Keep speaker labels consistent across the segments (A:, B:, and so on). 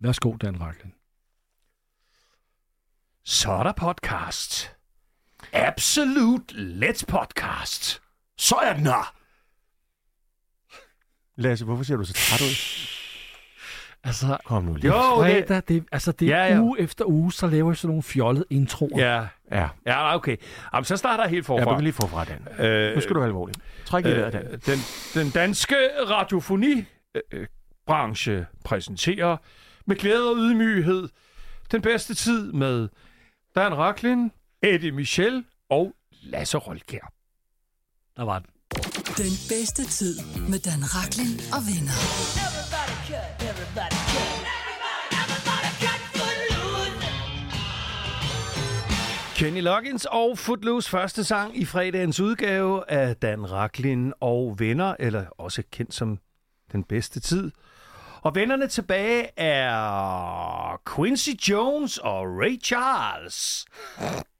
A: Værsgo, Dan Racklin.
B: Så er der podcast. Absolut Let's Podcast. Så er den her.
C: Lasse, hvorfor ser du så træt ud?
A: Altså,
C: Kom nu lige.
B: Jo, det,
A: fredag, det, altså det er
B: Ja, ja.
A: uge efter uge, så laver jeg sådan nogle fjollede introer.
B: ja,
C: Ja.
B: ja, okay. Jamen, så starter jeg helt
C: ja, du
B: forfra.
C: kan lige forfra, Dan.
B: øh,
C: Nu skal du være alvorlig. Træk i vejret, Dan.
B: øh, den, den danske radiofoni øh, øh, branche præsenterer med glæde og ydmyghed den bedste tid med Dan Raklin, Eddie Michel og Lasse Rolkær.
A: Der var den.
D: Den bedste tid med Dan Raklin og venner.
E: Everybody cut, everybody cut. Everybody cut for loose.
B: Kenny Loggins og Footloose første sang i fredagens udgave af Dan Raklin og Venner, eller også kendt som Den Bedste Tid. Og vennerne tilbage er Quincy Jones og Ray Charles.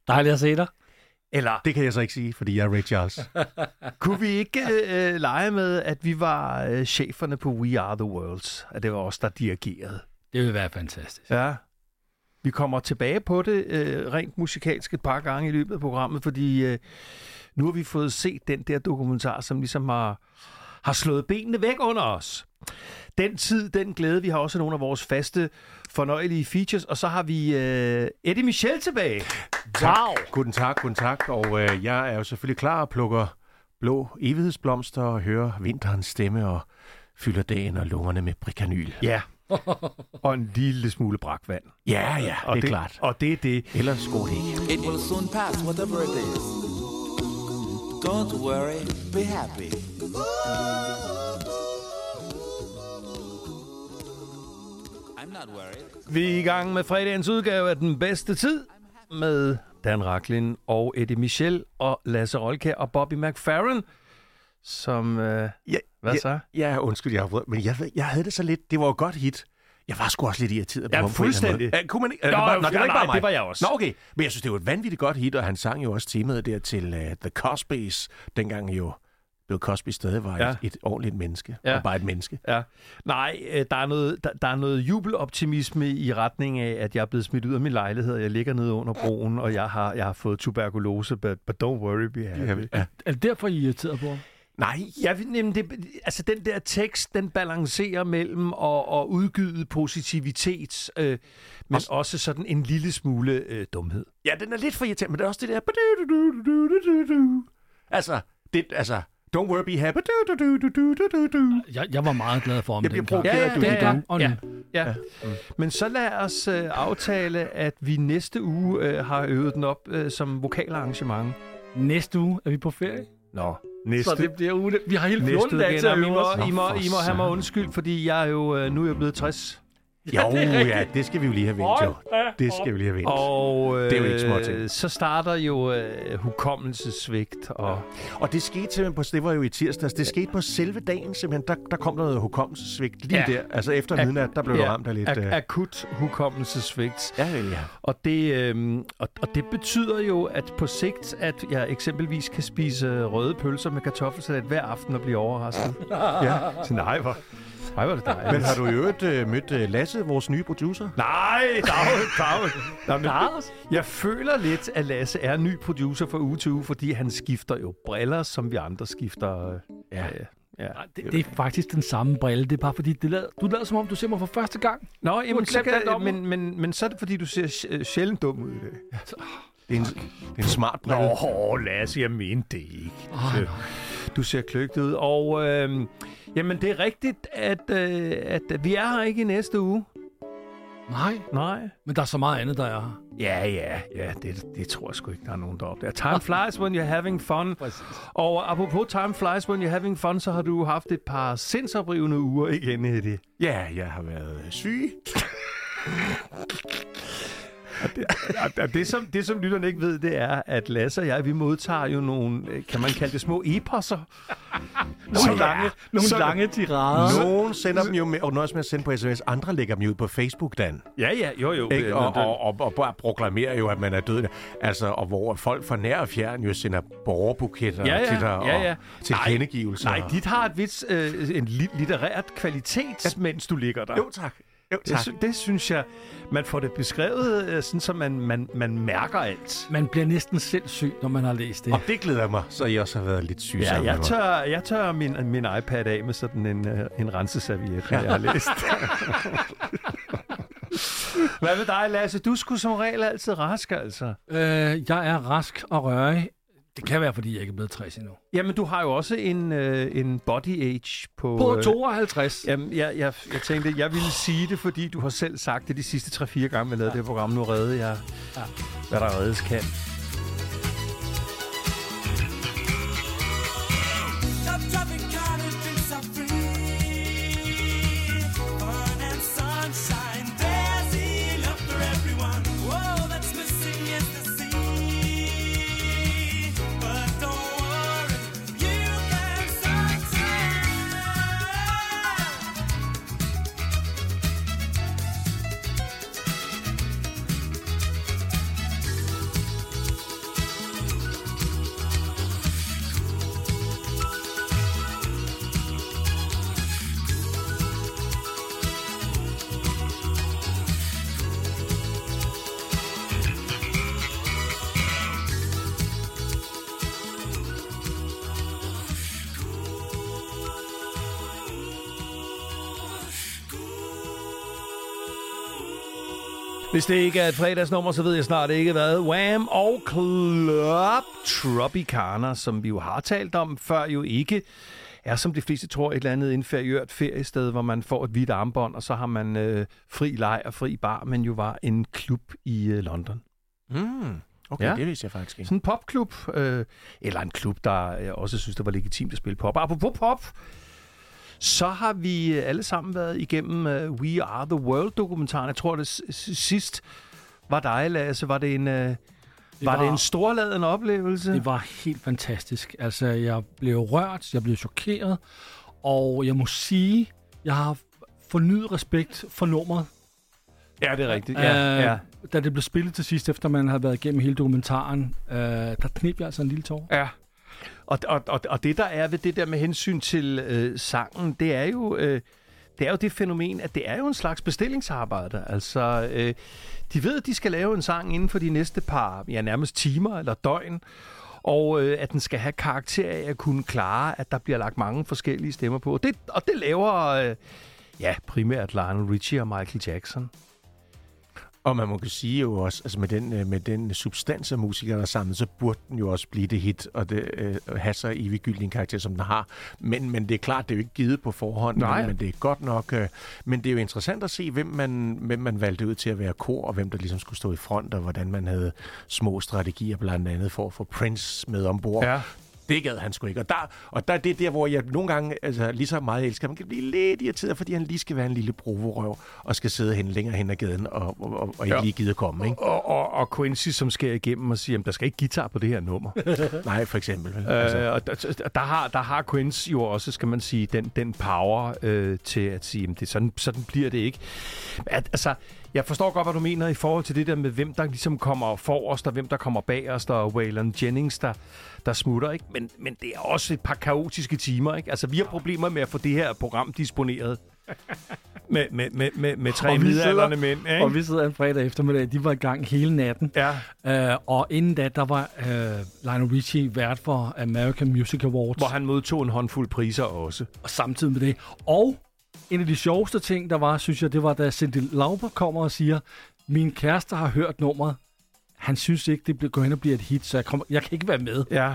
A: Dejligt at se dig.
B: Eller
C: Det kan jeg så ikke sige, fordi jeg er Ray Charles.
B: kunne vi ikke øh, lege med, at vi var øh, cheferne på We Are The Worlds? At det var os, der dirigerede.
A: Det vil være fantastisk.
B: Ja. Vi kommer tilbage på det øh, rent musikalsk et par gange i løbet af programmet, fordi øh, nu har vi fået set den der dokumentar, som ligesom har, har slået benene væk under os. Den tid, den glæde, vi har også nogle af vores faste, fornøjelige features, og så har vi øh, Eddie Michel tilbage.
C: Wow! Guten tak, guten tak. Og øh, jeg er jo selvfølgelig klar og plukker blå evighedsblomster og hører vinterens stemme og fylder dagen og lungerne med brikanyl.
B: Ja. og en lille smule brakvand.
C: Ja, ja,
B: Og
C: det er klart.
B: Og det er det.
C: Ellers går det ikke.
F: It will soon pass, whatever it is. Don't worry, be happy. I'm not worried.
B: Vi er i gang med fredagens udgave af Den Bedste Tid med Dan Raklin og Eddie Michel og Lasse Rolke og Bobby McFerrin, som... Øh,
C: Ja,
B: Hvad så?
C: Ja, ja undskyld, jeg har fået, men jeg, ved- jeg havde det så lidt. Det var jo et godt hit. Jeg var sgu også lidt irriteret. på
B: Ja,
C: ham på en eller anden
B: fuldstændig.
C: måde. Ja, kunne man ikke?
B: Nå,
C: Nå,
B: jo,
C: nå, det var
B: nej,
C: ikke
B: nej,
C: bare mig.
B: det var jeg også.
C: Nå, okay. Men jeg synes, det var et vanvittigt godt hit, og han sang jo også temaet der til uh, The Cosbys. Dengang jo Bill Cosby stadig var
B: Ja.
C: ja. et, et ordentligt menneske.
B: Ja.
C: Ja. Og bare et menneske.
B: ja. Nej, øh, der er, noget, der, der er noget jubeloptimisme i retning af, at jeg er blevet smidt ud af min lejlighed, og jeg ligger nede under broen, og jeg har, jeg har fået tuberkulose, but, but don't worry, be happy.
C: Ja.
A: Er det derfor, I er irriteret på ham?
B: Nej, jeg, vil- jamen det, altså den der tekst, den balancerer mellem at, at udgyde positivitet, øh, men også, også sådan en lille smule øh, dumhed.
C: ja, den er lidt for irriterende, men det er også det der... ba-du-du-du-du-du-du-du. Altså, det, altså, don't worry, be happy. Du-du-du-du-du-du-du.
A: Jeg, jeg var meget glad for ham
C: Jeg bliver
A: dengang.
C: provokeret,
B: du er i gang.
A: Og
B: Ja.
A: nu.
B: Ja. ja.
C: Mm.
B: Men så lad os øh, aftale, at vi næste uge øh, har øvet den op øh, som vokalarrangement.
A: Næste uge er vi på ferie.
B: Nå,
A: Så det bliver uge. Vi har hele
B: Næste
A: 14
B: uge
A: dage til at
B: igen. Jamen, I
A: øve
B: må,
A: os.
B: I må,
C: Nå, for
B: I må have mig
C: søren.
B: undskyld, fordi jeg er jo, øh, nu er jeg blevet 60.
C: Jo, ja, det skal vi jo lige have vendt, jo. Det skal vi lige have vendt.
B: Og øh,
C: Det er jo ikke småting.
B: så starter jo øh, hukommelsesvigt. Og,
C: Og det skete simpelthen på, det var jo i tirsdags, det skete på selve dagen simpelthen, der, der kom der noget hukommelsesvigt lige
B: Ja.
C: ja. der. Altså efter
B: Ak-
C: midnat, der blev du ramt af lidt...
B: ak-
C: øh,
B: akut hukommelsesvigt.
C: Ja, vel, ja.
B: Og det, øh, og, og det betyder jo, at på sigt, at jeg eksempelvis kan spise røde pølser med kartoffelsalat hver aften og blive overrasket.
C: ja.
B: Så nej, hvor, nej, hvor er det dejligt.
C: Men har du i øvrigt øh, mødt øh, Lasse, vores nye producer?
B: Nej, David, David. Jamen, jeg føler lidt, at Lasse er ny producer fra uge til uge, fordi han skifter jo briller, som vi andre skifter. øh,
C: Ja.
B: øh, ja.
A: Det, det er faktisk den samme brille. Det er bare fordi, det lader, du lader som om, du ser mig for første gang.
B: Nå, jamen,
A: glemt
B: så
A: alt
B: kan,
A: om mig.
B: men, men, men så er det, fordi du ser sj- øh, sjældent dum ud i dag.
C: Det er en, det er en smart brille.
B: Nå, Lasse, jeg mente det ikke. Oh, du ser kløgtet ud. Og øh, jamen, det er rigtigt, at, øh, at vi er her ikke i næste uge.
A: Nej,
B: Nej.
A: men der er så meget andet, der er her.
B: Ja, ja, ja, det, det tror jeg sgu ikke, der er nogen, der opdager. Time flies when you're having fun. Og apropos time flies when you're having fun, så har du haft et par sindsoprivende uger igen, Eddie.
C: Ja, jeg har været øh, syg.
B: Ja, det, som, det, som lytterne ikke ved, det er, at Lasse og jeg, vi modtager jo nogle, øh, kan man kalde det små eposser? nogle lange, nogle
C: Så-
B: lange tirader.
C: Nogen sender dem jo med, og nøjes med at sende på sms, andre lægger dem jo ud på Facebook, Dan.
B: Ja, ja, jo, jo.
C: Ikke?
B: øh,
C: Og,
B: men-
C: og, og, og bare proklamerer jo, at man er død. Altså, og hvor folk fra nær og fjern jo sender borgerbuketter
B: Ja, ja,
C: til dig
B: ja, ja.
C: og til kendegivelser.
B: Nej, dit har et vits, øh, en li- litterært kvalitet, ja. mens du ligger der.
C: Jo, tak. Jo,
B: Det, sy- det synes jeg, man får det beskrevet, øh, sådan så man, man, man mærker alt.
A: Man bliver næsten selv syg, når man har læst det.
C: Og det glæder jeg mig, så I også har været lidt syge
B: Ja,
C: sammen
B: jeg
C: med mig.
B: tør, jeg tør min, min iPad af med sådan en, øh, en renseserviet, når jeg har læst. Hvad med dig, Lasse? Du skulle som regel altid rask, altså.
A: Øh, jeg er rask og rørig. Det kan være, fordi jeg ikke er blevet 60 endnu.
B: Jamen, du har jo også en, øh, en body age på...
A: På
B: øh,
A: 52.
B: Jamen, jeg, jeg, jeg tænkte, jeg ville sige det, fordi du har selv sagt det de sidste 3-4 gange, vi lavede det her program. Nu redde jeg,
A: Ja.
B: hvad der reddes kan. Hvis det ikke er et fredagsnummer, så ved jeg snart ikke hvad. Wham og Club Tropicana, som vi jo har talt om før, jo ikke er, som de fleste tror, et eller andet inferiørt feriested, hvor man får et hvidt armbånd, og så har man øh, fri leg og fri bar, men jo var en klub i øh, London.
C: Mm, okay,
B: Ja.
C: det vidste jeg faktisk ikke.
B: Sådan en popklub, øh, eller en klub, der jeg også synes, det var legitimt at spille pop. Apropos pop, så har vi øh, alle sammen været igennem øh, We Are The World-dokumentaren. Jeg tror, det s- s- sidst var dig, Lasse. Var det en, øh, det var, var det en storladen oplevelse?
A: Det var helt fantastisk. Altså, jeg blev rørt, jeg blev chokeret, og jeg må sige, jeg har fornyet respekt for nummeret,
B: ja, det er rigtigt.
A: øh, da det blev spillet til sidst, efter man havde været igennem hele dokumentaren. Øh, der knep jeg altså en lille tår.
B: Ja. Og, og, og, og det, der er ved det der med hensyn til øh, sangen, det er jo... Øh, det er jo det fænomen, at det er jo en slags bestillingsarbejde. Altså, øh, de ved, at de skal lave en sang inden for de næste par, ja, nærmest timer eller døgn, og øh, at den skal have karakter af at kunne klare, at der bliver lagt mange forskellige stemmer på. Det, og det laver, øh, ja, primært Lionel Richie og Michael Jackson.
C: Og man må kan sige jo også, altså med den, øh, med den substans af musikerne samlet, så burde den jo også blive det hit, og det, øh, have så eviggyldig en karakter, som den har. Men, men det er klart, det er jo ikke givet på forhånd,
B: Nej.
C: men, men det er godt nok. Øh, men det er jo interessant at se, hvem man, hvem man valgte ud til at være kor, og hvem der ligesom skulle stå i front, og hvordan man havde små strategier, blandt andet for at få Prince med ombord.
B: Ja.
C: Det gad han sgu ikke. Og der, og der er det der, hvor jeg nogle gange altså, lige så meget elsker, man kan blive lidt irriteret, fordi han lige skal være en lille provorøv, og skal sidde hen længere hen ad gaden, og, og, og, og ikke
B: Ja.
C: lige gider komme. Ikke?
B: Og, og, og Quincy, som skærer igennem og siger, at der skal ikke guitar på det her nummer.
C: Nej, for eksempel. Vel?
B: Øh,
C: altså,
B: og der, der, har, der har Quince jo også, skal man sige, den, den power øh, til at sige, at det, sådan, sådan bliver det ikke. At, altså, jeg forstår godt, hvad du mener i forhold til det der med, hvem der ligesom kommer forrest, og hvem der kommer bagerst, og Waylon Jennings, der, der smutter. Ikke? Men, men det er også et par kaotiske timer. Ikke? Altså, vi har problemer med at få det her program disponeret. med, med, med, med, med tre
A: Og vi sidder-
B: midalderne mænd. Ikke?
A: Og vi sidder en fredag eftermiddag, de var i gang hele natten.
B: Ja.
A: Øh, og inden da, der var øh, Lionel Richie vært for American Music Awards.
B: Hvor han modtog en håndfuld priser også.
A: og samtidig med det. Og en af de sjoveste ting, der var, synes jeg, det var, da Cindy Lauper kommer og siger, min kæreste har hørt nummeret, han synes ikke, det bliver- går hen og bliver et hit, så jeg, kommer, jeg kan ikke være med.
B: Ja,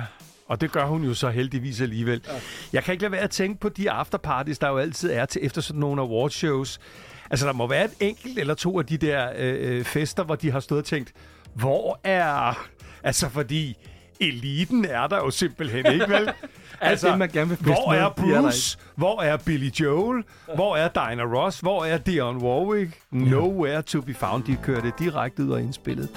B: og det gør hun jo så heldigvis alligevel. Ja. Jeg kan ikke lade være at tænke på de afterparties, der jo altid er til efter sådan nogle awardshows. Altså, der må være et enkelt eller to af de der øh, øh, fester, hvor de har stået og tænkt, hvor er... Altså, fordi eliten er der jo simpelthen ikke, vel?
A: det, man gerne vil feste
B: hvor
A: med,
B: er
A: de er der
B: Bruce? Hvor er Billy Joel? Hvor er Diana Ross? Hvor er Dionne Warwick? Nowhere to be found. De kørte direkte ud og indspillet.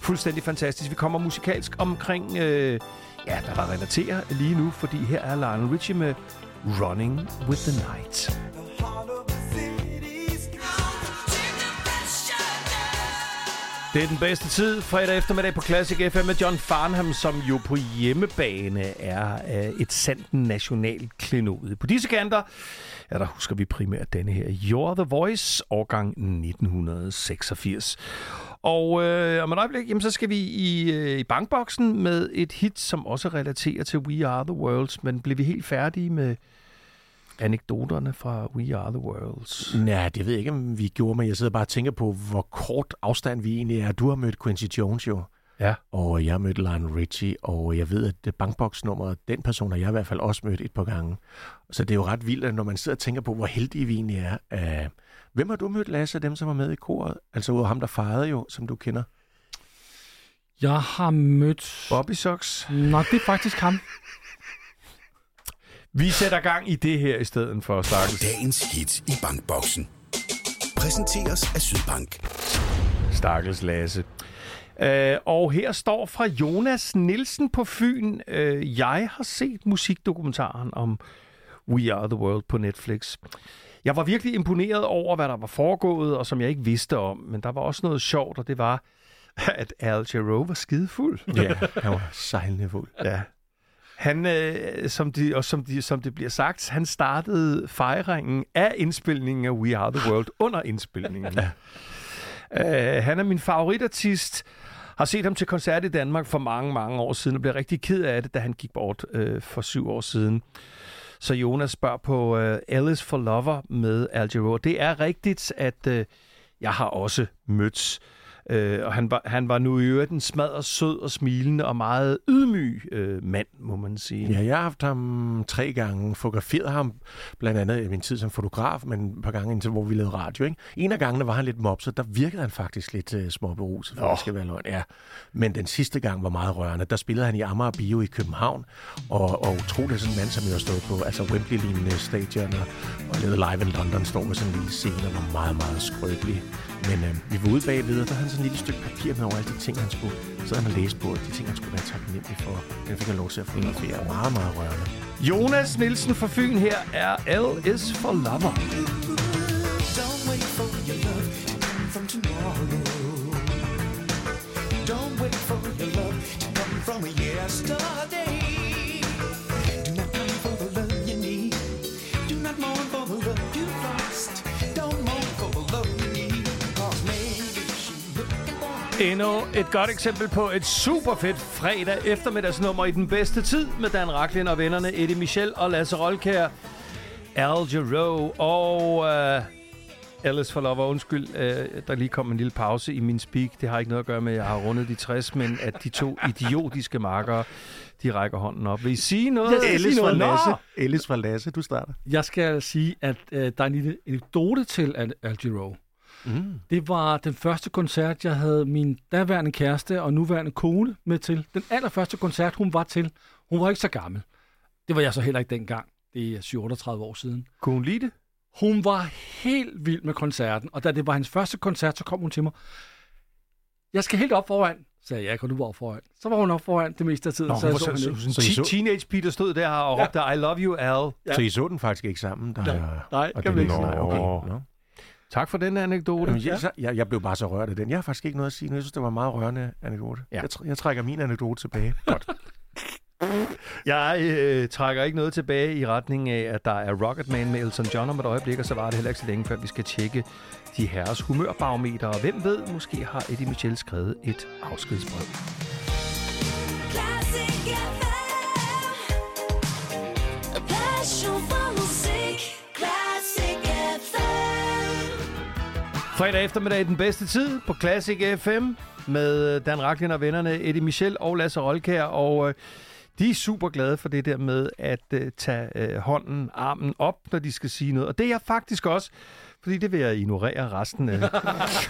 B: Fuldstændig fantastisk. Vi kommer musikalsk omkring, øh, ja, hvad der relaterer lige nu, fordi her er Lionel Richie med Running with the Night.
E: Take the pressure down.
B: Det er den bedste tid, fredag eftermiddag på Classic FM med John Farnham, som jo på hjemmebane er øh, et sandt nationalklenod. På disse kanter, ja, der husker vi primært denne her You're the Voice, årgang 1986. Og øh, om et øjeblik, jamen, så skal vi i, øh, i bankboksen med et hit, som også relaterer til We Are the Worlds, men blev vi helt færdige med anekdoterne fra We Are the Worlds?
C: Nej, det ved jeg ikke, om vi gjorde, men jeg sidder bare og tænker på, hvor kort afstand vi egentlig er. Du har mødt Quincy Jones jo,
B: Ja.
C: og jeg har mødt Lionel Richie, og jeg ved, at bankboksnummeret, den person har jeg i hvert fald også mødt et par gange. Så det er jo ret vildt, at når man sidder og tænker på, hvor heldige vi egentlig er. Øh, hvem har du mødt, Lasse, af dem, som var med i koret? Altså ud af ham, der fejrede jo, som du kender.
A: Jeg har mødt...
B: Bobby Socks.
A: Nå, det er faktisk ham.
B: Vi sætter gang i det her i stedet for, Stakkels.
G: Dagens hit i Bankboksen. Præsenteres af Sydbank.
B: Stakkels Lasse. Øh, og her står fra Jonas Nielsen på Fyn. Øh, jeg har set musikdokumentaren om We Are The World på Netflix. Jeg var virkelig imponeret over, hvad der var foregået, og som jeg ikke vidste om. Men der var også noget sjovt, og det var, at Al Jarreau var skidefuld.
C: Ja, han var sejlende fuld.
B: Ja. Han, øh, som, de, og som, de, som det bliver sagt, han startede fejringen af indspilningen af We Are The World under indspilningen. Ja. Øh, han er min favoritartist. Har set ham til koncert i Danmark for mange, mange år siden, og blev rigtig ked af det, da han gik bort øh, for syv år siden. Så Jonas spørger på øh, Alice for Lover med Al Jarreau. Det er rigtigt, at øh, jeg har også mødt Øh, og han var, han var nu i øvrigt en smadret sød og smilende og meget ydmyg øh, mand, må man sige.
C: Ja, jeg har haft ham tre gange, fotograferet ham, blandt andet i min tid som fotograf, men et par gange indtil, hvor vi lavede radio. Ikke? En af gangene var han lidt mopset, der virkede han faktisk lidt uh, småberuset, for det skal være løgn. Ja. Men den sidste gang var meget rørende. Der spillede han i Amager Bio i København, og, og utroligt sådan en mand, som jeg har stået på, altså Wembley-lignende stadioner, og lavede live in London, stod med sådan en lille scene, og var meget, meget skrøbelig. Men øh, vi var ude bagved, og der havde han sådan et lille stykke papir med over alle de ting, han skulle. Så havde han læst på, og de ting, han skulle være taknemmelig for. Den fik han lov til at fotografere. Meget, meget rørende.
B: Jonas Nielsen fra Fyn her er L is for lover.
H: Don't wait for your love to come from tomorrow. Don't wait for your love to come from yesterday. Do not come for the love you need. Do not mourn for the love you lost. Don't mourn for the love you need. Cause maybe she's looking for
B: Endnu et godt eksempel på et super fedt fredag eftermiddagsnummer i den bedste tid med Dan Raklin og vennerne Eddie Michel og Lasse Rolkær, Al Jarreau og øh, Alice for Lover. Undskyld, øh, der lige kom en lille pause i min speak. Det har ikke noget at gøre med, at jeg har rundet de 60, men at de to idiotiske markere, de rækker hånden op. Vil I sige noget?
A: Jeg skal
B: Vil I
A: sige
B: sige
A: noget.
B: noget? Nå!
C: Ellis fra Lasse, du starter.
A: Jeg skal sige, at øh, der er en lille anekdote til Al, Al Jarreau. Mm. Det var den første koncert, jeg havde min daværende kæreste og nuværende kone med til. Den allerførste koncert, hun var til. Hun var ikke så gammel. Det var jeg så heller ikke dengang. Det er 37 år siden.
B: Kunne hun lide det?
A: Hun var helt vild med koncerten, og da det var hendes første koncert, så kom hun til mig. Jeg skal helt op foran, sagde jeg, og du var op foran. Så var hun op foran det meste af tiden, Nå, så jeg så, hende ikke.
C: så, I
B: Te-
C: så,
B: Teenage Peter stod der og råbte, I love you, Al.
C: så I så den faktisk ikke sammen? Der,
A: nej,
C: og
A: kan
C: det-
A: vi ikke
C: Nå,
A: snakke om.
C: okay. Nå.
B: Tak for den anekdote.
C: Jamen, jeg, så- jeg, jeg blev bare så rørt af den. Jeg har faktisk ikke noget at sige nu. Jeg synes, det var en meget rørende anekdote.
B: Ja.
C: Ja. Jeg, tr- jeg trækker min anekdote tilbage.
B: Jeg øh, trækker ikke noget tilbage i retning af, at der er Rocketman med Elton John om et øjeblik, og så var det heller ikke så længe, før vi skal tjekke de herres humørbarometer. Og hvem ved, måske har Eddie Michel skrevet et afskedsbrev.
E: Classic FM. A passion for music. Classic FM.
B: Fredag eftermiddag den bedste tid på Classic FM med øh, Dan Raklin og vennerne Eddie Michel og Lasse Rolkær. Og øh, de er super glade for det der med at øh, tage øh, hånden, armen op, når de skal sige noget. Og det er jeg faktisk også, fordi det vil jeg ignorere resten af,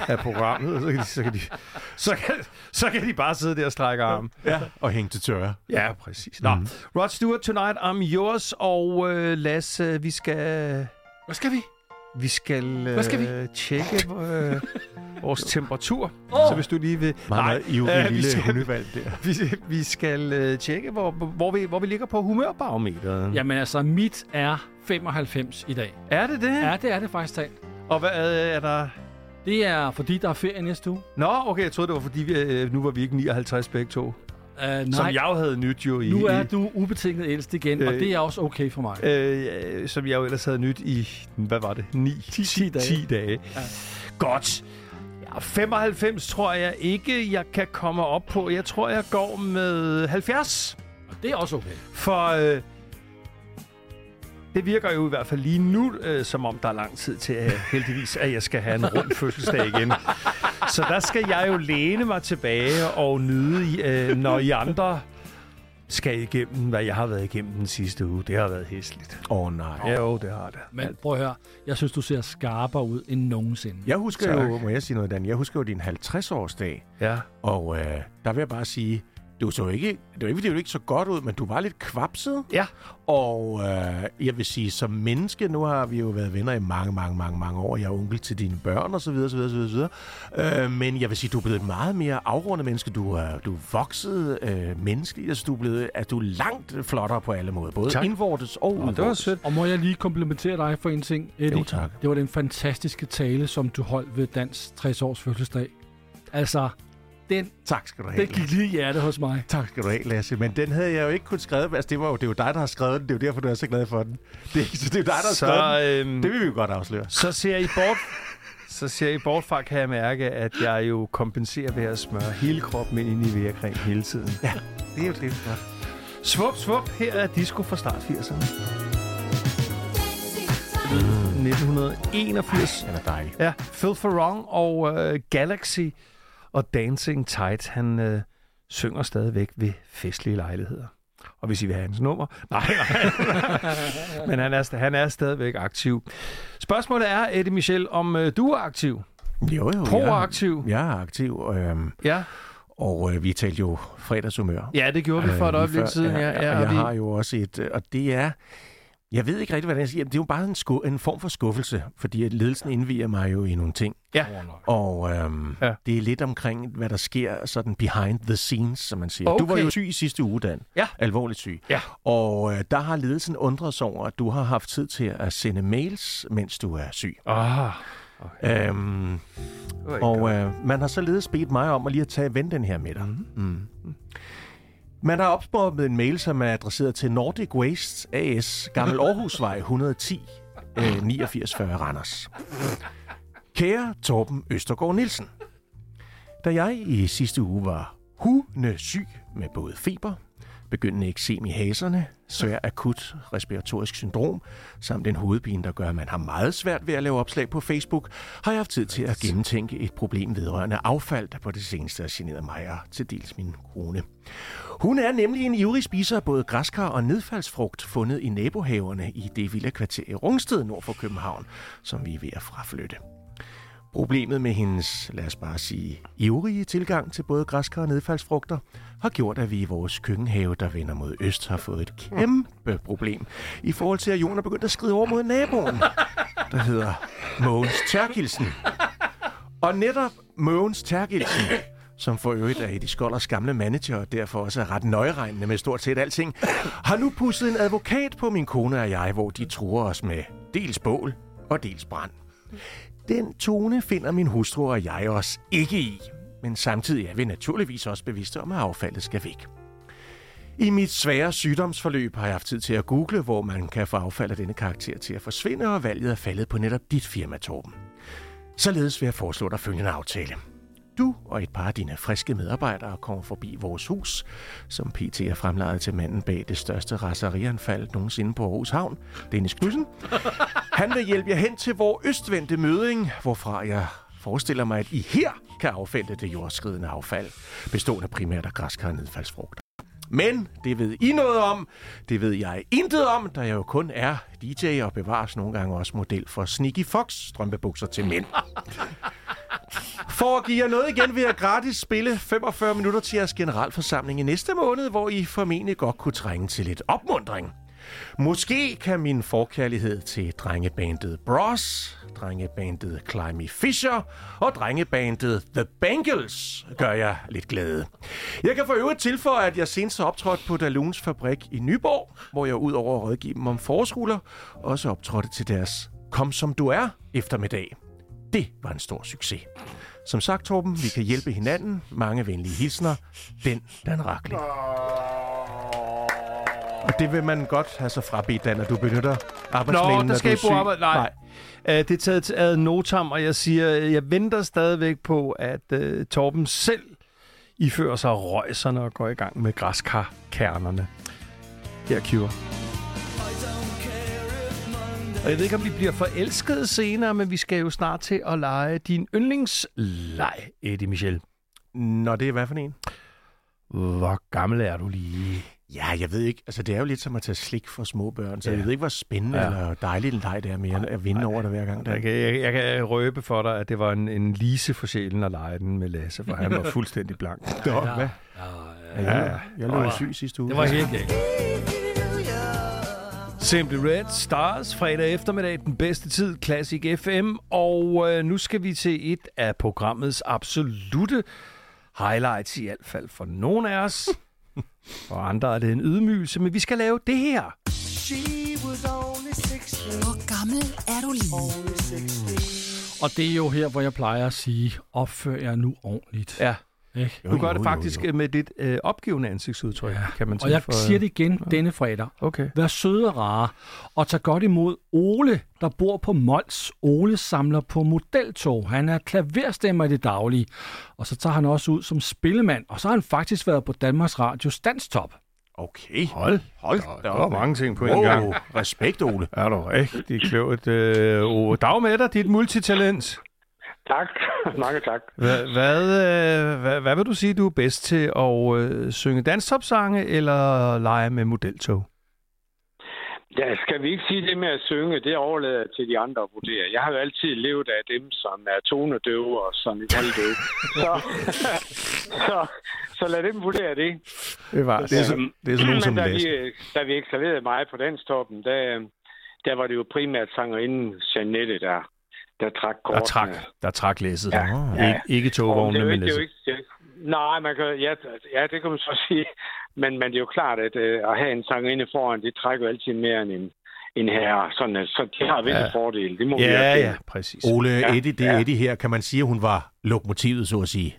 B: af programmet. Så kan, de, så, kan de, så, kan, så kan de bare sidde der og strække armen.
C: ja. Og hænge til tørre.
B: Ja, præcis. Nå,
A: Mhm.
B: mm. Rod Stewart, Tonight I'm Yours. Og øh, Lasse, vi skal...
A: Hvad skal vi?
B: Vi skal, øh,
A: Hvad skal vi?
B: tjekke øh, vores temperatur.
A: Åh!
B: Oh. Så hvis du lige vil...
C: Meget, meget ivrig
B: øh, vi
C: lille
B: skal-
C: hundevalg der.
B: Vi, vi skal øh, tjekke, hvor, hvor, vi, hvor vi ligger på humørbarometeren.
A: Jamen altså, mit er 95 i dag.
B: Er det det?
A: Ja, det er det faktisk talt.
B: Og hvad øh, er der...
A: Det er, fordi der er ferie næste uge.
B: Nå, okay, jeg troede, det var fordi, vi, øh, nu var vi ikke 59 begge to. Nej.
A: Uh, nej,
B: Som jeg jo havde nyt jo i...
A: nu er
B: i-
A: du ubetinget ældst igen, og
B: Øh,
A: det er også okay for mig.
B: Øh, øh, som jeg jo ellers havde nyt i, hvad var det, 9? 10, 10
A: dage.
B: 10 dage. Ja. Godt. Ja, 95 tror jeg ikke, jeg kan komme op på. Jeg tror, jeg går med 70,
A: Og det er også okay.
B: for øh, det virker jo i hvert fald lige nu, øh, som om der er lang tid til, øh, heldigvis, at jeg skal have en rund fødselsdag igen. Så der skal jeg jo læne mig tilbage og nyde, øh, når I andre skal igennem, hvad jeg har været igennem den sidste uge. Det har været hæsligt.
C: Åh oh, nej.
B: Ja, jo, det har det.
A: Men prøv at høre, jeg synes, du ser skarpere ud end nogensinde.
C: Jeg husker
B: Tak.
C: jo, må jeg sige noget, Dan? Jeg husker jo din 50-årsdag,
B: Ja.
C: og øh, der vil jeg bare sige, du så ikke, det var ikke, fordi du ikke så godt ud, men du var lidt kvapset.
B: Ja.
C: Og øh, jeg vil sige, som menneske, nu har vi jo været venner i mange, mange, mange, mange år. Jeg er onkel til dine børn, og så videre, så videre, så videre. Så videre. Øh, men jeg vil sige, du er blevet et meget mere afrundet menneske. Du er, du er vokset øh, menneskeligt, altså du er, blevet, at du er langt flottere på alle måder. Både
B: Tak.
C: indvortes og udvortes.
B: det var sødt.
A: Og må jeg lige komplimentere dig for en ting, Eddie?
C: Jo, tak.
A: Det var den fantastiske tale, som du holdt ved Dans 60-års fødselsdag. Altså, den,
C: Tak skal du have.
A: den gik lige i hjertet hos mig.
C: Tak skal du have, Lasse. Men den havde jeg jo ikke kun skrevet. Altså, det, var jo, det er jo dig, der har skrevet den. Det er jo derfor, du er så glad for den. Det, er- så det er jo dig, der har
B: Så,
C: skrevet den.
B: øhm,
C: Det vil vi jo godt afsløre.
B: så ser I bort... Så ser I bort fra, kan jeg mærke, at jeg jo kompenserer ved at smøre hele kroppen ind i virkring hele tiden. Ja, det er jo det. Svup, svup, her er disco fra start 80'erne. 1981.
C: Den er dejlig.
B: Ja, Phil Ferrong og øh, Galaxy og Dancing Tight, han øh, synger stadigvæk ved festlige lejligheder. Og hvis I vil have hans nummer... Nej, nej. Men han er, sta- han er stadigvæk aktiv. Spørgsmålet er, Eddie Michel, om øh, du er aktiv?
C: Jo, jo.
B: Proaktiv?
C: Jeg, jeg er aktiv, øhm,
B: Ja.
C: og øh, vi talte jo fredagshumør. øh,
B: Ja, det gjorde vi for et
C: lige
B: øjeblik
C: før.
B: siden. Øh, Ja, ja,
C: og
B: og
C: jeg
B: vi-
C: har jo også et, øh, og det er... Jeg ved ikke rigtig, hvad det er. jeg siger. Det er jo bare en, sku, en form for skuffelse, fordi at ledelsen indviger mig jo i nogle ting.
B: Ja.
C: Og øhm,
B: Ja.
C: ja. det er lidt omkring, hvad der sker sådan behind the scenes, som man siger. Du var
B: Okay.
C: jo syg i sidste uge, Dan.
B: Ja.
C: Alvorligt syg.
B: Ja.
C: Og øh, der har ledelsen undret sig over, at du har haft tid til at sende mails, mens du er syg.
B: Ah,
C: Øhm, og øh, man har således bedt mig om at lige at tage vende den her med dig. Mm. Man har opspurgt en mail, som er adresseret til Nordic Waste AS, Gammel Aarhusvej 110, øh, 8940 Randers. Kære Torben Østergaard Nielsen, da jeg i sidste uge var hundesyg med både feber, begyndende eksem i haserne, svær akut respiratorisk syndrom, samt en hovedpine, der gør, at man har meget svært ved at lave opslag på Facebook, har jeg haft tid til at gennemtænke et problem vedrørende affald, der på det seneste har generet mig og til dels min kone. Hun er nemlig en ivrig spiser af både græskar og nedfaldsfrugt, fundet i nabohaverne i det vilde kvarter i Rungsted nord for København, som vi er ved at fraflytte. Problemet med hendes, lad os bare sige, ivrige tilgang til både græskar og nedfaldsfrugter, har gjort, at vi i vores køkkenhave, der vender mod øst, har fået et kæmpe problem i forhold til, at Jon er begyndt at skride over mod naboen, der hedder Mogens Terkelsen. Og netop Mogens Terkelsen, som for øvrigt er Eddie Skolders gamle manager, og derfor også er ret nøjeregnende med stort set alting, har nu pusset en advokat på min kone og jeg, hvor de truer os med dels bål og dels brand. Den tone finder min hustru og jeg os ikke i, men samtidig er vi naturligvis også bevidste om, at affaldet skal væk. I mit svære sygdomsforløb har jeg haft tid til at google, hvor man kan få affald af denne karakter til at forsvinde, og valget er faldet på netop dit firma, Torben. Således vil jeg foreslå dig følgende aftale. Du og et par af dine friske medarbejdere kommer forbi vores hus, som PT er fremlejet til manden bag det største raserianfald nogensinde på Aarhus Havn, Dennis Knudsen. Han vil hjælpe jer hen til vores østvendte møding, hvorfra jeg forestiller mig, at I her kan affælde det jordskridende affald, bestående primært af græskar og nedfaldsfrugter. Men det ved I noget om. Det ved jeg intet om, da jeg jo kun er DJ og bevares nogle gange også model for Sneaky Fox strømpebukser til mænd. For at give jer noget igen, vil jeg gratis spille 45 minutter til jeres generalforsamling i næste måned, hvor I formentlig godt kunne trænge til lidt opmundring. Måske kan min forkærlighed til drengebandet Bros, drengebandet Climby Fisher og drengebandet The Bengals gøre jer lidt glade. Jeg kan for øvrigt tilføje, at jeg senest har optrådt på Dalons fabrik i Nyborg, hvor jeg ud over at rådgive dem om forårsruller, også optrådte til deres Kom som du er eftermiddag. Det var en stor succes. Som sagt, Torben, vi kan hjælpe hinanden. Mange venlige hilsner. Den Dan Rakling. Og det vil man godt have sig frabedt, Dan, at du benytter arbejdsmængden,
B: Nå, der skal
C: når
B: I
C: du er
B: bruge arbejde.
C: syg.
B: Nej. Nej. Uh, det er taget til ad notam, og jeg siger, øh, jeg venter stadigvæk på, at uh, Torben selv ifører sig røjserne og går i gang med græskarkernerne. Her er Cure. Og jeg ved ikke, om vi bliver forelskede senere, men vi skal jo snart til at lege din yndlingsleg, Eddie Michel.
C: Nå, det er hvad for en?
B: Hvor gammel er du lige?
C: Ja, jeg ved ikke. Altså, det er jo lidt som at tage slik for små børn, så
B: Ja.
C: ja. jeg ved ikke, hvor spændende
B: Ja.
C: ja. eller dejligt en leg det er, men jeg, jeg vinder over det hver gang. Der.
B: Jeg kan, jeg, jeg kan røbe for dig, at det var en, en lise for sjælen at lege den med Lasse, for han var fuldstændig blank.
C: Nå, hvad? Ja, jeg, jeg løb syg sidste uge.
A: Det var helt galt.
B: Simply Red Stars, fredag eftermiddag, den bedste tid, Classic FM. Og øh, nu skal vi til et af programmets absolute highlights, i hvert fald for nogle af os. For andre er det en ydmygelse, men vi skal lave det her.
D: Hvor gammel er du lige?
A: Og det er jo her, hvor jeg plejer at sige, opfør jer nu ordentligt.
B: Ja,
A: Ikke?
B: du gør det faktisk med dit øh, opgivende ansigtsudtryk, ja. kan man
A: Og jeg siger det igen denne fredag.
B: Okay.
A: Vær søde og rare, og tag godt imod Ole, der bor på Mols. Ole samler på modeltog. Han er klaverstemmer i det daglige, og så tager han også ud som spillemand. Og så har han faktisk været på Danmarks Radios Danstop.
C: Okay.
B: Hold,
C: Hold da op.
B: ting på
C: Wow, respekt, Ole.
B: Er du rigtig klogt. Øh, oh, dag med dig, dit multitalent.
I: Tak. Mange tak.
B: Hva- Hvad, øh, hvad, hvad vil du sige, du er bedst til at øh, synge danstopsange eller lege med modeltog?
I: Ja, skal vi ikke sige det med at synge? Det overlader jeg til de andre at vurdere. Jeg har jo altid levet af dem, som er tonedøve og sådan et halvdøve. Så, så, så lad dem vurdere det.
B: Det var
C: Det er så, det er så nogen som
I: Men da vi,
C: Lasse.
I: øh, da vi eskalerede meget på danstoppen, der, øh, der var det jo primært sangerinden Janette, der, der trak
B: Der
I: kortene.
B: trak, der trak læsset. Ja,
C: ja.
B: Ikke, ikke
I: Og det er
B: togvognene,
I: jo
B: men altså-
I: ikke- det
B: læsset.
I: er jo ikke- det er jo ikke- Nej, man kan, ja, altså, ja, det kan man så sige. Men, men det er jo klart, at øh, at have en sangerinde foran, det trækker jo altid mere end en, en herre. Sådan, at- så det har visse
B: Ja.
I: ja. fordele. Det må vi
B: Ja,
I: erkende.
B: ja, præcis.
C: Ole, Eddie, det er Eddie her. Kan man sige, at hun var lokomotivet, så at sige?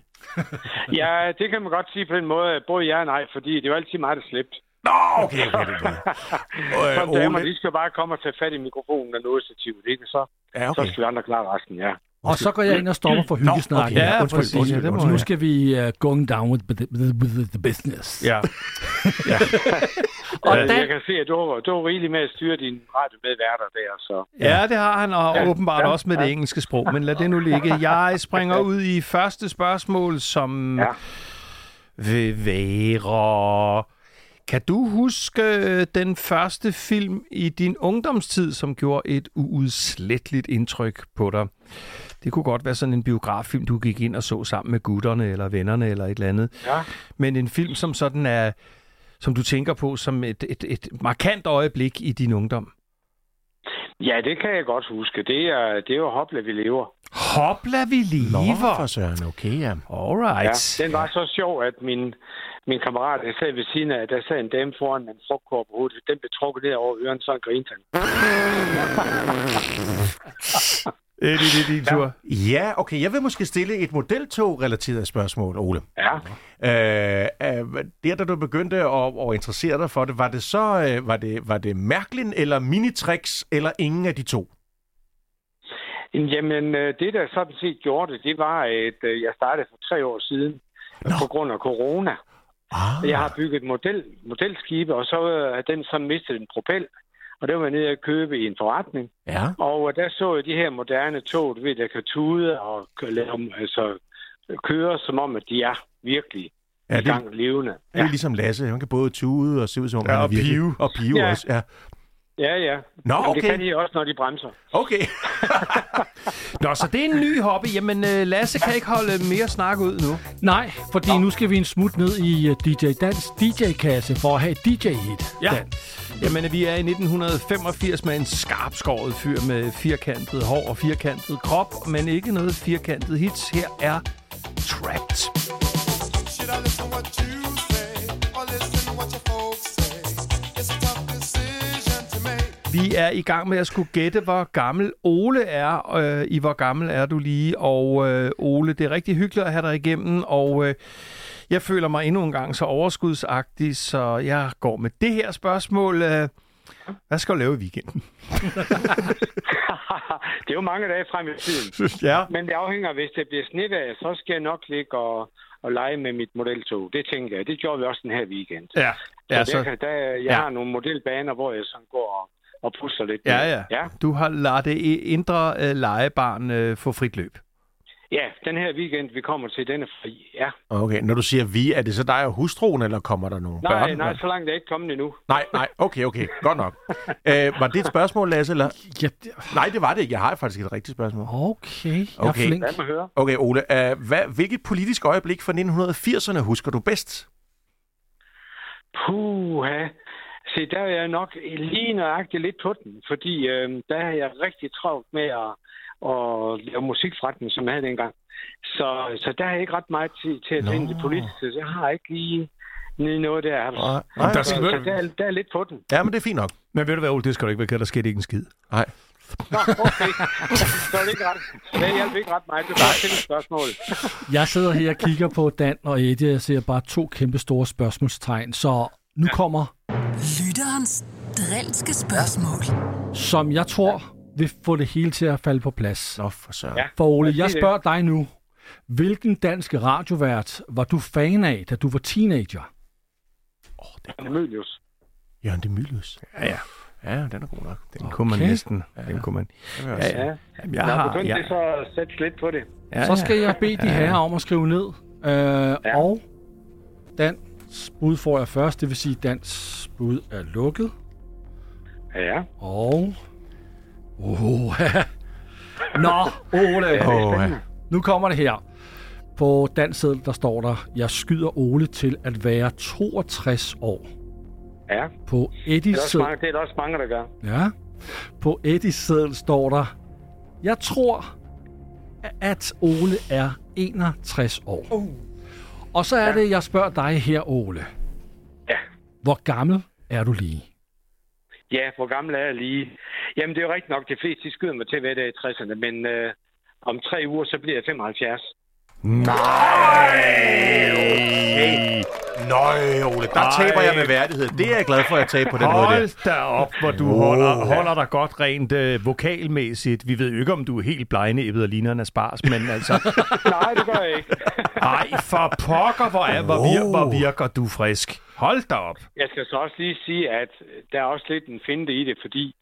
I: ja, det kan man godt sige på den måde. Både ja og nej, fordi det er jo altid mig, der slæbte.
C: Nå, okay, okay, det er
I: Øh, så
C: Ole-
I: damer, de skal bare komme og tage fat i mikrofonen og nådestativet, ikke? Så,
C: Ja,
I: okay.
C: okay.
I: så skal vi andre klare resten, ja.
A: Og så går jeg ind og stopper for hyggesnakken.
C: Nå,
B: Ja,
C: okay.
A: for at
B: undskyld,
A: sige,
B: undskyld,
A: at
B: undskyld.
A: Nu skal vi uh, going down with the, with the business.
B: Ja.
I: Og
A: den-
I: Øh, Jeg kan se, at du, var- du var rigeligt med at styre dine radiomedværter der, så...
B: ja, det har han, og
I: Ja,
B: åbenbart
I: ja,
B: også med det engelske sprog, men lad det nu ligge. Jeg springer ud i første spørgsmål, som
I: Ja.
B: vil være... Kan du huske øh, den første film i din ungdomstid, som gjorde et uudsletteligt indtryk på dig? Det kunne godt være sådan en biograffilm, du gik ind og så sammen med gutterne eller vennerne eller et eller andet.
I: Ja.
B: Men en film, som sådan er, som du tænker på som et, et, et markant øjeblik i din ungdom.
I: Ja, det kan jeg godt huske. Det er, det er jo hopla, vi lever.
B: Hopla, vi
C: Nå, for
B: lever!
C: søren, okay, ja.
I: Ja,
B: Alright.
I: den var så sjov, at min, min kammerat, der sad ved siden af, der sad en dame foran med en frugtkorb på hovedet. Den blev trukket ned over øren, så grinte han.
B: Eddie, Øh, det er din tur.
C: Ja, okay, jeg vil måske stille et modeltog-relateret spørgsmål, Ole.
I: Ja.
C: Øh, øh, der, da du begyndte at, at interessere dig for det, var det så øh, var det, var det Mærklin eller Minitrix eller ingen af de to?
I: Jamen, øh, det der sådan set gjorde det, det var, at øh, jeg startede for tre år siden Nå. på grund af corona.
C: Ah,
I: Jeg har bygget et model, modelskibe, og så øh, har den så mistet en propel. Og det var jeg nede at købe i en forretning.
C: ja.
I: Og øh, der så jeg de her moderne tog, du ved, der kan tude og kan lave, altså, køre, som om, at de er virkelig
C: Ja,
I: i
C: det,
I: gang levende.
C: det er ligesom Lasse. Han kan både tude og se ud som om
B: Ja,
C: han er
B: og
C: virkelig-
B: pive.
C: Og pive
I: Ja.
C: også, ja.
I: Ja, ja.
C: Nå,
I: Jamen,
C: okay.
I: Det kan de også, når de bremser.
C: Okay.
B: Nå, så det er en ny hobby. Jamen, øh, Lasse kan ikke holde mere snak ud nu.
A: Nej, fordi nu skal vi en smut ned i øh, DJ Dans DJ-kasse for at have et DJ-hit.
B: Ja. Jamen, vi er i 1985 med en skarpskåret fyr med firkantet hår og firkantet krop, men ikke noget firkantet hits. Her er Trapped.
H: Should I listen what you say or listen what your folks say? It's a tough decision to make.
B: Vi er i gang med at skulle gætte, hvor gammel Ole er. Øh, I hvor gammel er du lige? Og øh, Ole, det er rigtig hyggeligt at have dig igennem, og øh, jeg føler mig endnu en gang så overskudsagtig, så jeg går med det her spørgsmål. Øh, hvad skal du lave i weekenden?
I: det er jo mange dage frem i tiden.
B: ja,
I: Men det afhænger, hvis det bliver snevejr, så skal jeg nok ligge og, og lege med mit modeltog. Det tænker jeg. Det gjorde vi også den her weekend.
B: ja,
I: Ja,
B: ja,
I: så
B: så,
I: der, kan- der, jeg
B: ja.
I: ja. har nogle modelbaner, hvor jeg sådan går og, og pusser lidt.
B: ja,
I: med.
B: ja.
I: ja.
B: Du har ladet det indre øh, legebarn øh, få frit løb.
I: Ja, den her weekend, vi kommer til, den er fri. Ja.
C: Okay, når du siger vi, er det så dig og hustruen, eller kommer der nogen
I: Nej,
C: børn?
I: nej, så langt er jeg ikke kommet endnu.
C: nej, nej, okay, okay, godt nok. Æ, var det et spørgsmål, Lasse? Eller?
A: Ja, det...
C: Nej, det var det ikke. Jeg har faktisk et rigtigt spørgsmål.
A: Okay, jeg er
C: Okay.
A: flink.
I: Lad mig høre.
C: Okay, Ole, øh, hvad, hvilket politisk øjeblik fra 1980'erne husker du bedst?
I: Puha. Se, der er jeg nok lige nøjagtigt lidt på den, fordi øh, der er jeg rigtig travlt med at, at lave musikforretning, som jeg havde dengang. Så, så der er jeg ikke ret meget tid til at tænke det politiske. så Jeg har ikke lige, lige noget der.
C: Nej,
B: der
I: Så,
B: skal-
I: så der, er- der er lidt på den.
C: Ja, men det er fint nok.
B: Men ved du hvad, Ole, det skal du ikke være, der skete ikke en skid.
C: Nej.
I: Nå, okay. så er det ikke ret. Det hjalp ikke ret meget. Du kan stille et spørgsmål.
A: Jeg sidder her og kigger på Dan og Eddie, og jeg ser bare to kæmpe store spørgsmålstegn. Så nu kommer,
D: Lytterens drilske spørgsmål.
A: som jeg tror vil få det hele til at falde på plads.
C: Nå, for søren.
I: Ja.
C: Ja.
A: For Ole, jeg
I: det.
A: spørger dig nu. Hvilken dansk radiovært var du fan af, da du var teenager?
I: Emilius.
C: Jørgen Demilius.
B: Ja, ja.
C: Ja, den er god nok. Den
B: Den kunne man
A: Okay.
B: næsten. Den kunne man.
C: vil jeg
B: Ja,
I: Ja.
B: ja. Jamen, jeg
I: Nå,
B: har...
I: begyndte
B: jeg,
I: det så at sætte lidt på det.
B: ja,
A: Så skal jeg bede de herrer om at skrive ned. Øh, ja. Og Dans bud får jeg først, det vil sige, Dans bud er lukket.
I: Ja.
A: Og... Oh, Nå, Ole.
C: Åh, ja.
A: Nu kommer det her. På danseddel, der står der, jeg skyder Ole til at være 62 år.
I: Ja.
A: På
I: Det er,
A: Eddies
I: også mange, det er der også mange, der gør.
A: Ja. På Eddies seddel står der, jeg tror, at Ole er 61 år. Uh. Og så er det, jeg spørger dig her, Ole.
I: Ja.
A: Hvor gammel er du lige?
I: Ja, hvor gammel er jeg lige? Jamen, det er jo rigtigt nok. De fleste de skyder mig til hver dag i 60'erne, men øh, om tre uger, så bliver jeg 75.
C: Nøj, Ole, der
B: Ej.
C: taber jeg med værdighed. Det er jeg glad for, at jeg taber på den måde der.
B: Hold da op, hvor du
C: Wow.
B: holder, holder dig godt rent øh, vokalmæssigt. Vi ved jo ikke, om du er helt blegneæbbet og ligner en spars, men altså...
I: Nej, det gør jeg ikke.
B: Ej, for pokker, hvor, er, hvor, vir, hvor virker du frisk. Hold da op.
I: Jeg skal så også lige sige, at der er også lidt en finte i det, fordi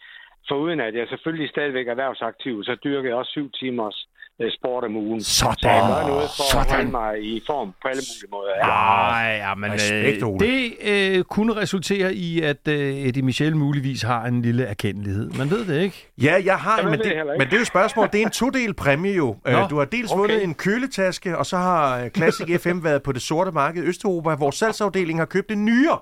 I: foruden at jeg selvfølgelig stadigvæk er erhvervsaktiv, så dyrker jeg også syv timers øh, sport om ugen.
B: Sådan.
I: Så jeg gør noget for at
B: Sådan.
I: holde mig i form på alle mulige måder. Ja.
B: Ej, ja, men
C: Respekt, Ole.
B: det øh, kunne resultere i, at øh, Eddie Michel muligvis har en lille erkendelighed. Man ved det ikke.
C: Ja, jeg har en,
I: ved
C: men
I: det heller
C: det,
I: ikke.
C: men det er jo et spørgsmål. Det er en todel præmie jo. Nå, du har dels okay. vundet en køletaske, og så har øh, Classic FM været på det sorte marked i Østeuropa, hvor salgsafdelingen har købt en nyere.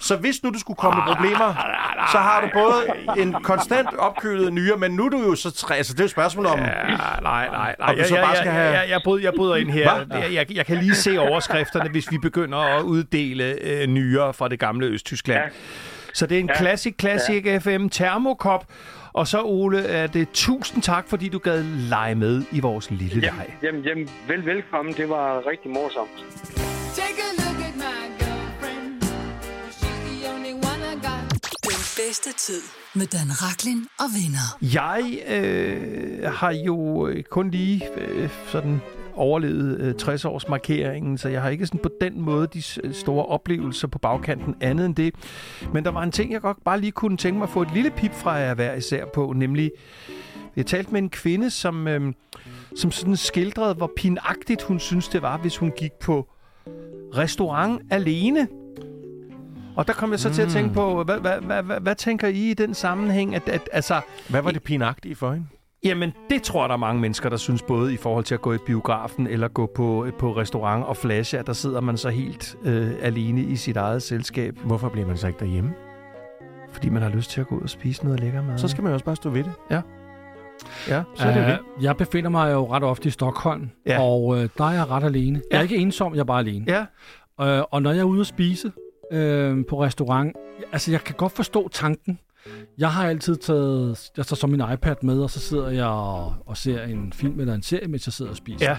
C: Så hvis nu du skulle komme i problemer, så har du både en konstant opkølet nyere, men nu er du jo så tre... Altså, det er jo et spørgsmål om...
B: Ja, nej, nej, nej.
C: Om du
B: Jeg,
C: så
B: jeg,
C: bare
B: jeg,
C: skal have-
B: jeg, jeg, bryder, jeg bryder ind her.
C: Hva?
B: Jeg, jeg, jeg kan lige se overskrifterne, hvis vi begynder at uddele øh, nyere fra det gamle Østtyskland. Så det er en klassik, klassik FM termokop. Og så, Ole, er det tusind tak, fordi du gad lege med i vores lille leg.
I: Jamen, jamen, vel, velkommen. Det var rigtig morsomt.
E: Take a look at my girlfriend. She's the only one I got.
D: Den bedste tid med Dan Raklin og venner.
B: Jeg øh, har jo øh, kun lige øh, sådan overlevet øh, 60-årsmarkeringen, så jeg har ikke sådan på den måde de s- store oplevelser på bagkanten andet end det. Men der var en ting, jeg godt bare lige kunne tænke mig at få et lille pip fra jer hver især på, nemlig jeg talte med en kvinde, som, øh, som sådan skildrede, hvor pinagtigt hun synes, det var, hvis hun gik på restaurant alene. Og der kom jeg så mm. til at tænke på, hvad, hvad, hvad, hvad, hvad tænker I i den sammenhæng? At, at, altså,
C: Hvad var det pinagtige for hende?
B: Jamen, det tror jeg, der er mange mennesker, der synes, både i forhold til at gå i biografen eller gå på, øh, på restaurant og flashe, at der sidder man så helt øh, alene i sit eget selskab,
C: Hvorfor bliver man så ikke derhjemme?
B: fordi man har lyst til at gå ud og spise noget lækker mad.
C: Så skal man jo også bare stå ved det.
B: ja.
C: Så er det jo det.
A: Øh, Jeg befinder mig jo ret ofte i Stockholm,
B: Ja.
A: ja. og øh, der er jeg ret alene. Ja. Jeg
B: Ja.
A: er ikke ensom, jeg er bare alene.
B: Ja.
A: Øh, og når jeg er ude at spise øh, på restaurant, altså jeg kan godt forstå tanken Jeg har altid taget, jeg tager så min iPad med, og så sidder jeg og, og ser en film eller en serie, mens jeg sidder og spiser.
B: Ja.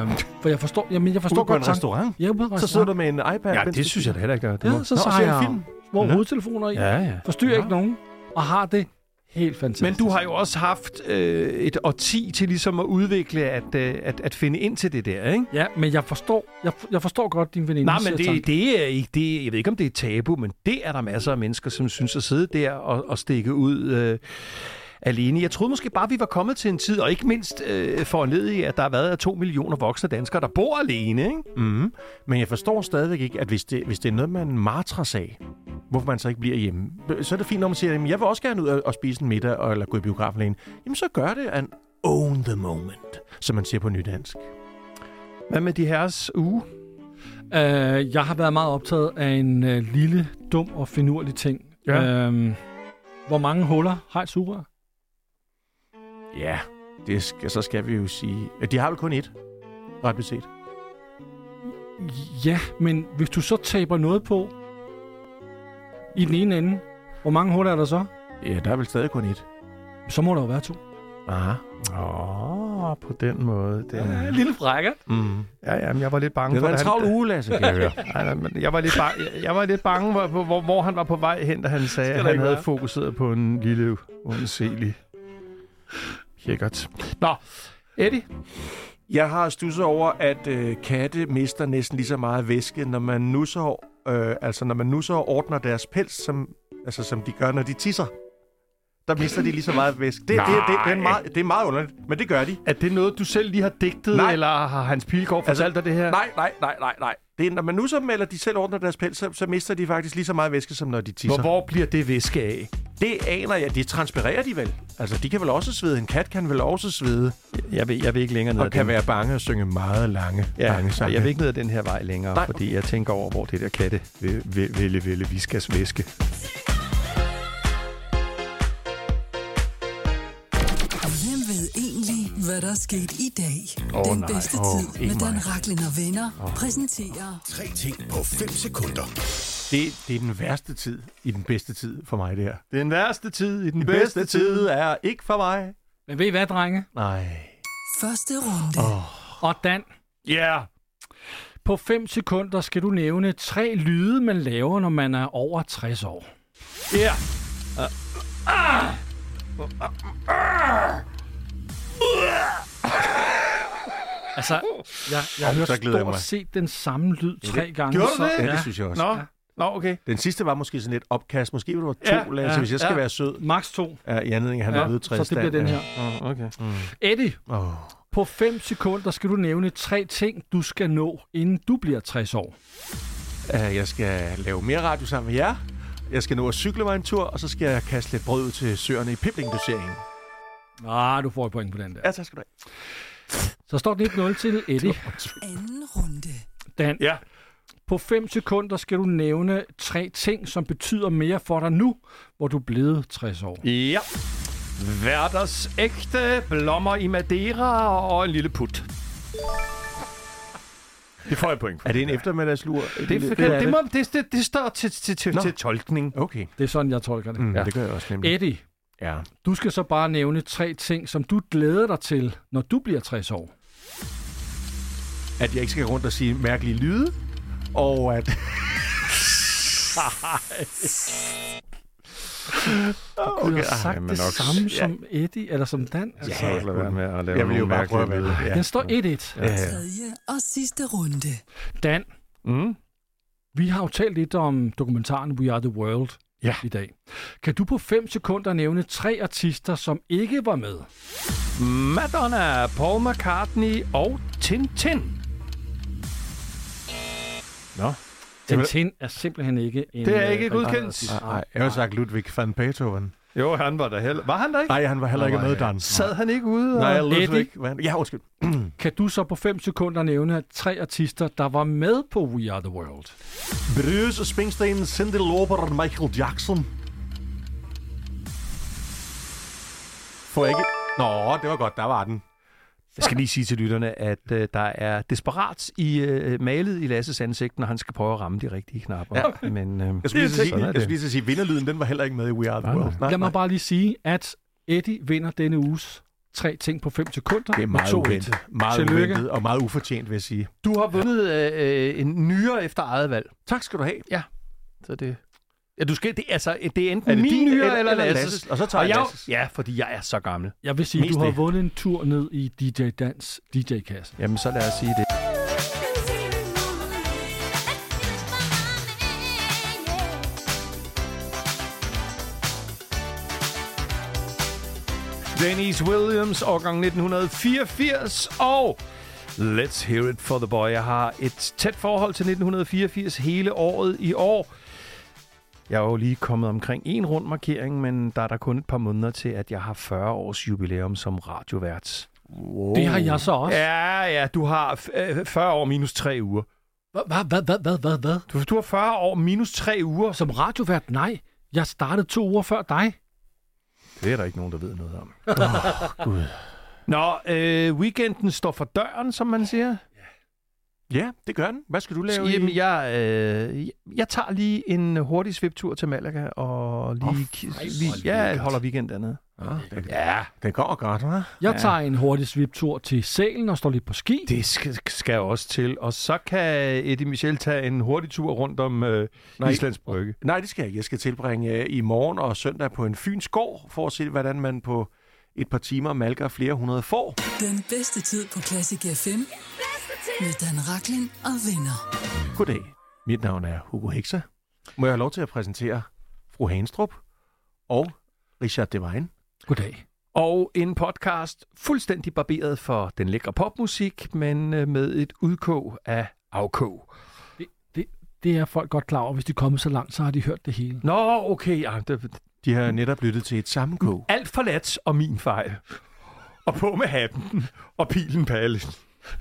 A: Øhm, for jeg forstår, jamen, jeg forstår
C: Ude på
A: godt
C: en restaurant?
A: Ja, ude på en
C: Så
A: restaurant.
C: sidder du med en iPad.
B: Ja,
C: mens
B: det
C: du
B: synes jeg da heller ikke. Det
A: Ja, så, så har
C: ser en
A: jeg
C: film.
A: film. små hovedtelefoner i.
B: Ja, ja.
A: Forstyrrer ikke nogen, og har det helt
B: Men
A: fantastisk.
B: du har jo også haft øh, et årti til ligesom at udvikle, at, øh, at, at finde ind til det der, ikke?
A: Ja, men jeg forstår, jeg, jeg forstår godt din veninde.
B: Nej,
A: siger
B: men det,
A: tanken.
B: det er ikke det. Jeg ved ikke, om det er tabu, men det er der masser af mennesker, som synes at sidde der og, og stikke ud øh, alene. Jeg troede måske bare, vi var kommet til en tid, og ikke mindst øh, foranledet i, at der har været to millioner voksne danskere, der bor alene, ikke?
C: Mm. Men jeg forstår stadigvæk ikke, at hvis det, hvis det er noget, man martres af, hvorfor man så ikke bliver hjemme. Så er det fint, når man siger, at jeg vil også gerne ud og, og spise en middag, og, eller gå i biografen alene. Jamen, så gør det and own the moment, som man siger på nydansk.
B: Hvad med de herres uge?
A: Øh, jeg har været meget optaget af en øh, lille, dum og finurlig ting.
B: Ja.
A: Øhm, hvor mange huller har et sugerør?
C: Ja, det skal, så skal vi jo sige... De har vel kun ét, ret beset.
A: Ja, men hvis du så taber noget på i den ene ende, hvor mange huller er der så?
C: Ja, der er vel stadig kun ét.
A: Så må der jo være to.
C: Aha.
B: Åh, oh, på den måde. Det... Ja,
A: Lille frækker.
C: Mm.
B: ja, jamen, jeg var lidt bange
C: Det
B: for
C: var en
B: da han-
C: travl uge, Lasse, kan jeg høre.
B: Nej, nej, men jeg var lidt bange, jeg- jeg var lidt bange hvor, hvor- hvor, hvor han var på vej hen, da han sagde, at han havde være. fokuseret på en lille, uanselig kækkert. Nå, Eddie,
C: Jeg har stusset over, at øh, katte mister næsten lige så meget væske, når man nusser, øh, altså når man nusser og ordner deres pels, som, altså, som de gør, når de tisser. Der mister de lige så meget væske. Det, det, det, det, det, er meget, det er meget underligt, men det gør de.
B: er det noget, du selv lige har digtet,
C: Nej.
B: eller har Hans Pilgaard
C: Altså,
B: fortalt dig det her?
C: Nej, nej, nej, nej, nej. Det er, når man nusser dem, eller de selv ordner deres pels, så, så mister de faktisk lige så meget væske, som når de
B: Hvor,
C: tisser.
B: hvor bliver det væske af?
C: Det aner jeg. Det transpirerer de vel. Altså, de kan vel også svede. En kat kan vel også svede.
B: Jeg vil, jeg vil ikke længere ned
C: Og kan være bange og synge meget lange, lange
B: Ja,
C: sange.
B: jeg vil ikke ned ad den her vej længere,
C: Nej.
B: fordi jeg tænker over, hvor det der katte vil, vil, vil, vil, vi skal svæske.
D: Hvem ved egentlig, hvad der er sket i dag?
B: Åh,
D: Den
B: nej.
D: bedste
C: Åh,
D: tid
C: ikke
D: med Dan
C: mig.
D: Rakling og venner præsenterer
G: Tre ting på 5 sekunder.
C: Det, det er den værste tid i den bedste tid for mig, det her.
B: Den værste tid i den
C: Den bedste tid er ikke for mig.
A: Men ved I hvad, drenge?
C: Nej.
D: første runde.
A: Og Dan,
B: Ja, yeah.
A: på 5 sekunder skal du nævne tre lyde, man laver, når man er over 60 år.
B: Ja.
A: Altså, jeg, jeg hører
C: så glæder jeg mig.
A: stort set den samme lyd tre gange.
B: gjorde du
A: så,
B: det?
C: Ja,
A: Ja.
C: det synes jeg også. Nå.
B: Nå, Nå okay.
C: Den sidste var måske sådan lidt opkast. Måske var det
B: Ja,
C: var to, ja, Lasse,
A: ja,
C: hvis jeg skal
B: ja.
C: være sød.
A: Max 2.
C: Ja, I anledning af, at han er
A: Ja,
C: blevet
A: så det bliver den her.
B: Oh, okay.
A: Eddie,
C: Oh.
A: på 5 sekunder skal du nævne tre ting, du skal nå, inden du bliver 60 år.
C: Uh, jeg skal lave mere radio sammen med jer. Jeg skal nå at cykle mig en tur, og så skal jeg kaste lidt brød ud til søerne i piblingdoseringen.
A: Ah, du får et point på den der.
C: Ja, tak skal du have.
A: Så står det 1-0 til Eddie.
D: Anden runde.
A: Dan,
B: Ja.
A: på 5 sekunder skal du nævne tre ting, som betyder mere for dig nu, hvor du er blevet 60 år.
B: Ja. Hverders ægte blommer i Madeira og en lille put. Det får jeg point for.
C: Er det en eftermiddagslur?
B: Det, det, det, det, må, det, det, det står til, til, til,
C: Nå.
B: til tolkning.
C: Okay,
A: Det er sådan, jeg tolker det.
C: mm,
B: Ja.
C: ja. det gør jeg også nemlig.
A: Eddie,
C: Ja.
A: du skal så bare nævne tre ting, som du glæder dig til, når du bliver 60 år.
C: At jeg ikke skal gå rundt og sige mærkelige lyde, og at...
A: Okay, du har sagt
B: jamen
A: det
B: nok.
A: samme som Eddie, eller som Dan. Altså.
C: Ja,
B: lad være med at lave
C: jeg vil jo
B: nogle
C: bare prøve at være
B: mærkelige lyde.
C: Ja.
A: Den står 1-1.
C: Ja. ja.
D: Tredje og sidste runde.
A: Dan,
B: Mm.
A: Vi har jo talt lidt om dokumentaren We Are The World
B: Ja.
A: i dag. Kan du på 5 sekunder nævne tre artister, som ikke var med?
B: Madonna, Paul McCartney og Tintin. Nå.
A: Tintin er simpelthen ikke en...
B: Det er
A: øh,
B: ikke et
A: rigtig
B: udkendt.
A: artist.
C: Nej, nej, jeg har sagt Ludwig van Beethoven.
B: Jo, han var der heller. Var han der ikke?
C: Nej, han var heller ikke med, Dan.
B: Sad han ikke ude?
C: Nej,
B: og...
C: Ludwig.
A: Eddie?
C: Van... Ja, undskyld.
A: Kan du så på 5 sekunder nævne tre artister, der var med på We Are The World?
C: Bruce Springsteen, Cindy Lauper og Michael Jackson. Får jeg ikke... Nå, det var godt, der var den.
B: Jeg skal lige sige til lytterne, at øh, der er desperat i øh, malet i Lasses ansigt, når han skal prøve at ramme de rigtige knapper. Ja. Men, øh,
C: Jeg skulle lige så sige,
B: sådan er
C: jeg
B: det.
C: skulle lige så sige, vinderlyden, den var heller ikke med i We Are The
B: Nej,
C: World.
B: nej.
C: Nej,
A: Lad mig
C: nej.
A: bare lige sige, at Eddie vinder denne uges tre ting på 5 sekunder.
C: Det
A: med
C: er meget
A: 2-1.
C: uventet. Meget
A: Tillykke.
C: uventet og meget ufortjent, vil jeg sige.
B: Du har vundet øh, øh, en nyere efter eget valg.
C: Tak skal du have.
B: Så det... Ja, du skal, det, altså, det er enten
C: Er det
B: min
C: din
B: nyere
C: eller-
B: eller,
C: eller
B: Lasses.
C: Lasses? Og så tager jeg Lasses.
B: Ja, fordi jeg er så gammel.
A: Jeg vil sige,
C: Mest
A: du har
C: det.
A: vundet en tur ned i DJ Dans DJ-kasse.
B: Jamen, så lad os sige det. Dennis Williams, årgang 1984, og Let's Hear It for the Boy. Jeg har et tæt forhold til 1984 hele året i år. Jeg er jo lige kommet omkring en rund markering, men der er der kun et par måneder til, at jeg har 40 års jubilæum som radiovært.
A: Oh. Det har jeg så også.
B: Ja, ja, du har øh, 40 år minus 3 uger.
A: Hvad, hvad, hvad, hvad, hvad, hvad?
B: Du, du har 40 år minus 3 uger, så
A: Som radiovært? Nej. Jeg startede to uger før dig.
B: det er der ikke nogen, der ved noget om. oh, Gud. Nå, øh, weekenden står for døren, som man siger.
C: Ja, det gør den. Hvad skal du lave
B: Jamen,
C: i?
B: jeg, øh, jeg tager lige en hurtig sviptur til Malaga, og lige, oh, lige ja, holder weekend dernede.
C: Ah, den,
B: Ja,
C: den går godt, hva'?
A: Jeg ja. tager en hurtig sviptur til sælen og står lidt på ski. Det.
B: det skal, skal også til. Og så kan Eddie Michel tage en hurtig tur rundt om øh,
C: Nej.
B: Islands Brygge.
C: Nej, det skal jeg ikke. Jeg skal tilbringe øh, i morgen og søndag på en Fyns gård, for at se, hvordan man på et par timer malker flere hundrede får.
D: Den bedste tid på Classic FM med Dan Rakling og venner.
C: Goddag. Mit navn er Hugo Hekser. Må jeg have lov til at præsentere fru Hanstrup og Richard Devine?
A: Goddag.
B: Og en podcast fuldstændig barberet for den lækre popmusik, men øh, med et udkog af afkog.
A: Det er folk godt klar over. Hvis de er kommet så langt, så har de hørt det hele.
B: Nå, okay, ja, det,
C: De har netop lyttet til et sammenkog.
B: alt for let og min fejl. Og på med hatten og pilen palle.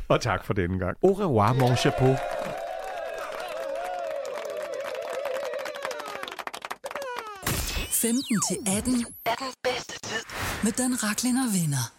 B: Og tak for denne gang.
C: Au revoir, mon chapeau.
D: Den bedste tid med Dan Rakling og venner.